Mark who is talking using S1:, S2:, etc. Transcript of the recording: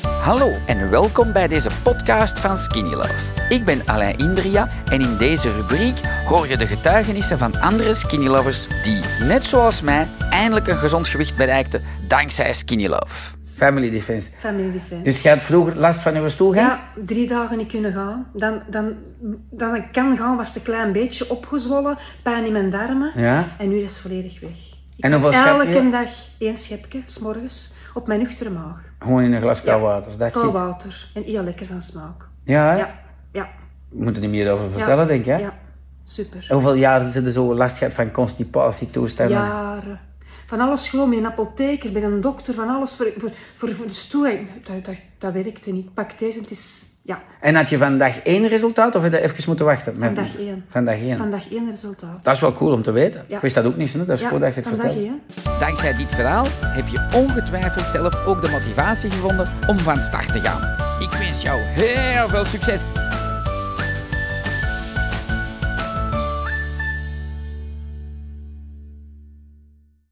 S1: Hallo en welkom bij deze podcast van Skinny Love. Ik ben Alain Indria en in deze rubriek hoor je de getuigenissen van andere Skinny Lovers die, net zoals mij, eindelijk een gezond gewicht bereikten dankzij Skinny Love. Family Defense.
S2: Family Defense.
S1: Dus jij had vroeger last van uw stoelgang?
S2: Ja, drie dagen niet kunnen gaan. Dan, dan, dan ik kan gaan was het een klein beetje opgezwollen, pijn in mijn darmen.
S1: Ja.
S2: En nu is het volledig weg. Ik
S1: En
S2: heb
S1: hoeveel schep-
S2: elke
S1: ja.
S2: dag één schepje, s'morgens, op mijn nuchtere maag.
S1: Gewoon in een glas koud water. Dat
S2: Koud
S1: zit.
S2: water en heel lekker van smaak.
S1: Ja, hè?
S2: Ja, ja.
S1: we moeten er meer over
S2: ja.
S1: vertellen, denk ik. hè?
S2: Ja, super.
S1: Hoeveel jaren ze er zo last gehad van constipatietoestanden?
S2: Jaren. Van alles gewoon, met een apotheker, bij een dokter, van alles voor, voor, voor, voor de stoel. Dat, dat, dat werkte niet. Pak deze, het is... Ja,
S1: En had je van dag één resultaat of heb je even moeten wachten? Met-
S2: dag één.
S1: Van dag één.
S2: vandaag één resultaat.
S1: Dat is wel cool om te weten.
S2: Ja.
S1: Ik wist dat ook niet zo, dat is goed dat je het
S2: vandaag
S1: vertelt.
S2: één.
S1: Dankzij dit verhaal heb je ongetwijfeld zelf ook de motivatie gevonden om van start te gaan. Ik wens jou heel veel succes.